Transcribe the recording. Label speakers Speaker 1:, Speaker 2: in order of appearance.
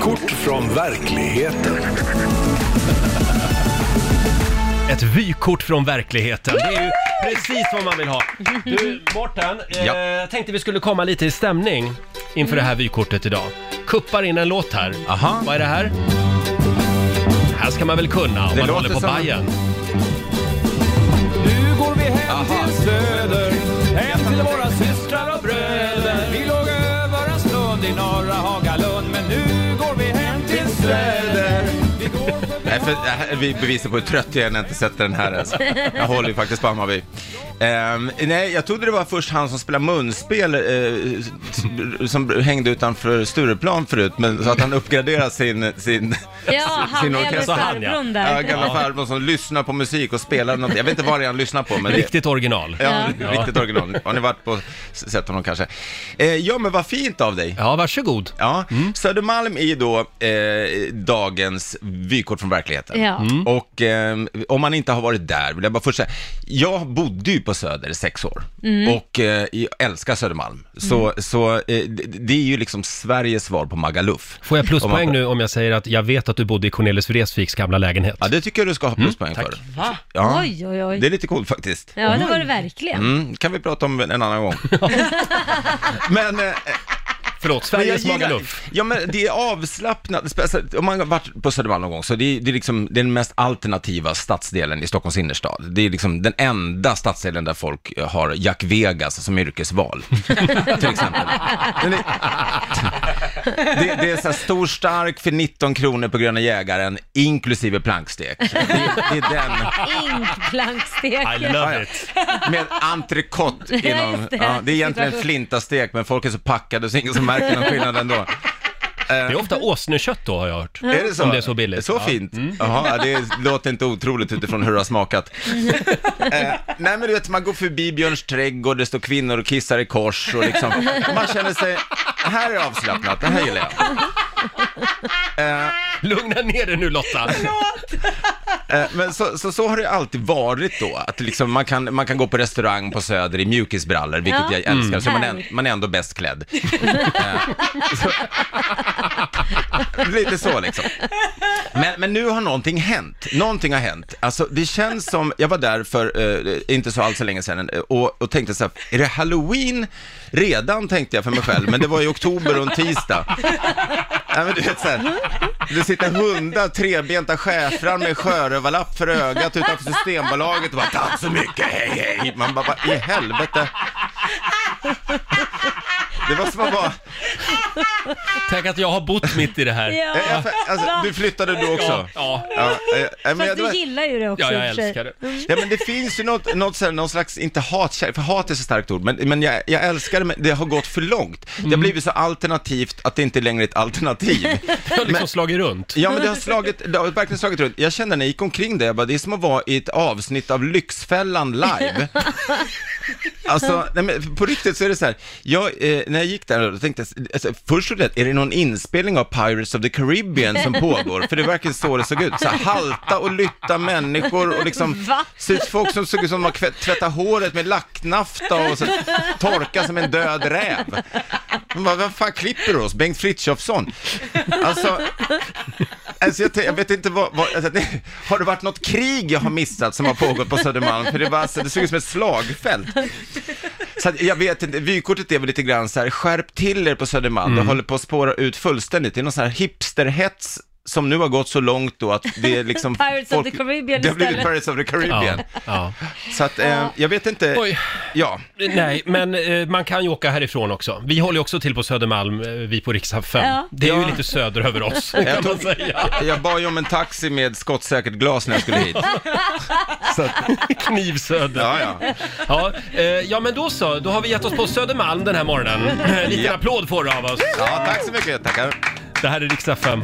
Speaker 1: Kort från verkligheten.
Speaker 2: Ett vykort från verkligheten. Det är ju precis vad man vill ha. Du, Mårten, eh,
Speaker 3: Ja.
Speaker 2: jag tänkte vi skulle komma lite i stämning inför det här vykortet idag. Kuppar in en låt här.
Speaker 3: Aha.
Speaker 2: Vad är det här? Här ska man väl kunna om
Speaker 3: Det
Speaker 2: man håller
Speaker 3: låter
Speaker 2: på
Speaker 3: som-
Speaker 2: Bajen.
Speaker 4: Nu går vi hem
Speaker 3: Aha.
Speaker 4: till söder, hem till våra systrar och bröder. Vi låg över en stund i norra Hagalund, men nu går vi hem till söder. Vi går förbi-
Speaker 3: Nej, för, det här- vi bevisar på hur trött jag är när jag inte sätter den här ens. Jag håller ju faktiskt på Hammarby. Ehm, nej, jag trodde det var först han som spelade munspel, eh, s- som hängde utanför Stureplan förut, men så att han uppgraderar sin, sin,
Speaker 5: Ja, han
Speaker 3: sin
Speaker 5: är
Speaker 3: orkester.
Speaker 2: han, ja.
Speaker 5: farbrorn
Speaker 3: Ja,
Speaker 5: där.
Speaker 3: gamla farbror som lyssnar på musik och spelar något. Jag vet inte vad det är han lyssnar på, men det,
Speaker 2: Riktigt original.
Speaker 3: Ja,
Speaker 2: Ja.
Speaker 3: riktigt original. Har ni varit på, sett honom kanske? Eh, ja, men vad fint av dig.
Speaker 2: Ja, varsågod.
Speaker 3: Ja, Södermalm är ju då eh, dagens vykort från verkligheten.
Speaker 5: Ja.
Speaker 3: Och eh, om man inte har varit där, vill jag bara först säga, jag bodde ju på Söder i sex år
Speaker 5: Mm.
Speaker 3: och eh, jag älskar Södermalm. Så, så eh, det, det är ju liksom Sveriges svar på Magaluf.
Speaker 2: Får jag
Speaker 3: Om
Speaker 2: pluspoäng
Speaker 3: man-
Speaker 2: nu om jag säger att jag vet att du bodde i Cornelis Vreeswijks gamla lägenhet?
Speaker 3: Ja, det tycker jag du ska ha pluspoäng
Speaker 2: tack.
Speaker 3: för.
Speaker 5: Va?
Speaker 3: Ja.
Speaker 5: Oj, oj, oj.
Speaker 3: Det är lite coolt faktiskt.
Speaker 5: Ja, det var det verkligen.
Speaker 3: Mm, kan vi prata om en annan gång. Men eh,
Speaker 2: Förlåt,
Speaker 3: Men jag
Speaker 2: Sveriges
Speaker 3: gillar-
Speaker 2: Magaluf.
Speaker 3: Ja men det är avslappnat, speciellt om man har varit på Södermalm någon gång så det är, det är liksom det är den mest alternativa stadsdelen i Stockholms innerstad. Det är liksom den enda stadsdelen där folk eh, har Jack Vegas som yrkesval, till exempel. Men det- det, det är så här stor stark för 19 kronor på Gröna Jägaren, inklusive plankstek. Det, det är den,
Speaker 2: I
Speaker 5: Inkplanksteken.
Speaker 2: love it.
Speaker 3: med entrecote
Speaker 5: Ja,
Speaker 3: inom,
Speaker 5: just det.
Speaker 3: ja, det är egentligen en flintastek men folk är så packade så ingen som märker någon skillnad ändå.
Speaker 2: Det är ofta
Speaker 3: Eh.
Speaker 2: åsnekött då har jag hört.
Speaker 3: Är det så?
Speaker 2: Om det är så billigt.
Speaker 3: Så
Speaker 2: Ja. Mm.
Speaker 3: fint? Jaha, det låter inte otroligt utifrån hur det har smakat. eh, nej men du vet, man går förbi Björns trädgård, det står kvinnor och kissar i kors och liksom, man känner sig, här är avslappnat, det här gillar jag.
Speaker 2: Lugna ner dig nu Lotta.
Speaker 3: Eh, Men så, så, så har det alltid varit då, att liksom man, kan, man kan gå på restaurang på Söder i mjukisbrallor, vilket
Speaker 5: Ja.
Speaker 3: jag älskar, så man är,
Speaker 5: Härligt.
Speaker 3: man är ändå bäst klädd. Eh, så, lite så liksom. Men, men nu har någonting hänt, någonting har hänt. Alltså det känns som, jag var där för eh, inte så alls så länge sedan eh, och, och tänkte så här, är det halloween redan tänkte jag för mig själv, men det var i oktober och en tisdag. Nej, men du vet så här, det sitter hundar, trebenta schäfrar med sjörövarlapp för ögat utanför Systembolaget och bara tack så mycket, hej hej. Man bara, vad i helvete. Det var som att vara,
Speaker 2: Tänk att jag har bott mitt i det här.
Speaker 5: Ja.
Speaker 3: Eh, eh, för- alltså, du flyttade du också.
Speaker 2: Ja, ja.
Speaker 3: Ja, eh, eh, men
Speaker 5: Fast
Speaker 3: jag- det var-
Speaker 5: du gillar ju det också
Speaker 2: ja
Speaker 5: i
Speaker 2: jag
Speaker 5: och för sig.
Speaker 2: älskar det.
Speaker 3: Ja men det finns ju något, något sådär, någon slags, inte hatkärlek, för hat är så starkt ord, men, men jag, jag älskar det, men det har gått för långt. Det har
Speaker 5: Mm.
Speaker 3: blivit så alternativt att det inte längre är ett alternativ.
Speaker 2: Jag har liksom slagit runt.
Speaker 3: Ja men det har slagit, det har verkligen slagit runt. Jag kände när jag gick omkring det, jag bara, det är som att vara i ett avsnitt av Lyxfällan live. Alltså, nej men på riktigt så är det så här, jag, eh, när jag gick där och tänkte, jag, alltså, först trodde jag, är det någon inspelning av Pirates of the Caribbean som pågår? För det verkar så det såg ut, så här, halta och lytta människor och liksom,
Speaker 5: Va?
Speaker 3: så ut folk som såg ut som att de tvättade håret med lacknafta och så torka som en död räv. Man bara, vem fan klipper oss? Bengt Frithiofsson? Alltså, Alltså jag, tän- jag vet inte vad, vad alltså, det, har det varit något krig jag har missat som har pågått på Södermalm? För det, var, alltså, det såg ut som ett slagfält. Så att, jag vet inte, vykortet är väl lite grann så här, skärp till er på Södermalm,
Speaker 2: Mm.
Speaker 3: det håller på att spåra ut fullständigt. Det är någon sån här hipsterhets som nu har gått så långt då att det är liksom...
Speaker 5: Pirates of the Caribbean
Speaker 3: Det har blivit
Speaker 5: istället.
Speaker 3: Pirates of the Caribbean.
Speaker 2: Ja, ja.
Speaker 3: Så att, eh, jag vet inte,
Speaker 2: Oj.
Speaker 3: ja.
Speaker 2: Nej, men eh, man kan ju åka härifrån också. Vi håller ju också till på Södermalm, eh, vi på riksdag 5.
Speaker 5: Ja.
Speaker 2: Det är ju
Speaker 3: Ja.
Speaker 2: lite söder över oss, kan
Speaker 3: Jag
Speaker 2: man
Speaker 3: tog-
Speaker 2: säga.
Speaker 3: Jag bad ju om en taxi med skottsäkert glas när jag skulle hit. Så att,
Speaker 2: Knivsöder.
Speaker 3: ja, ja.
Speaker 2: Ja, eh, ja, men då så. Då har vi gett oss på Södermalm den här morgonen. En liten
Speaker 3: Ja.
Speaker 2: applåd får du av oss.
Speaker 3: ja, tack så mycket, tackar.
Speaker 2: Det här är riksdag 5.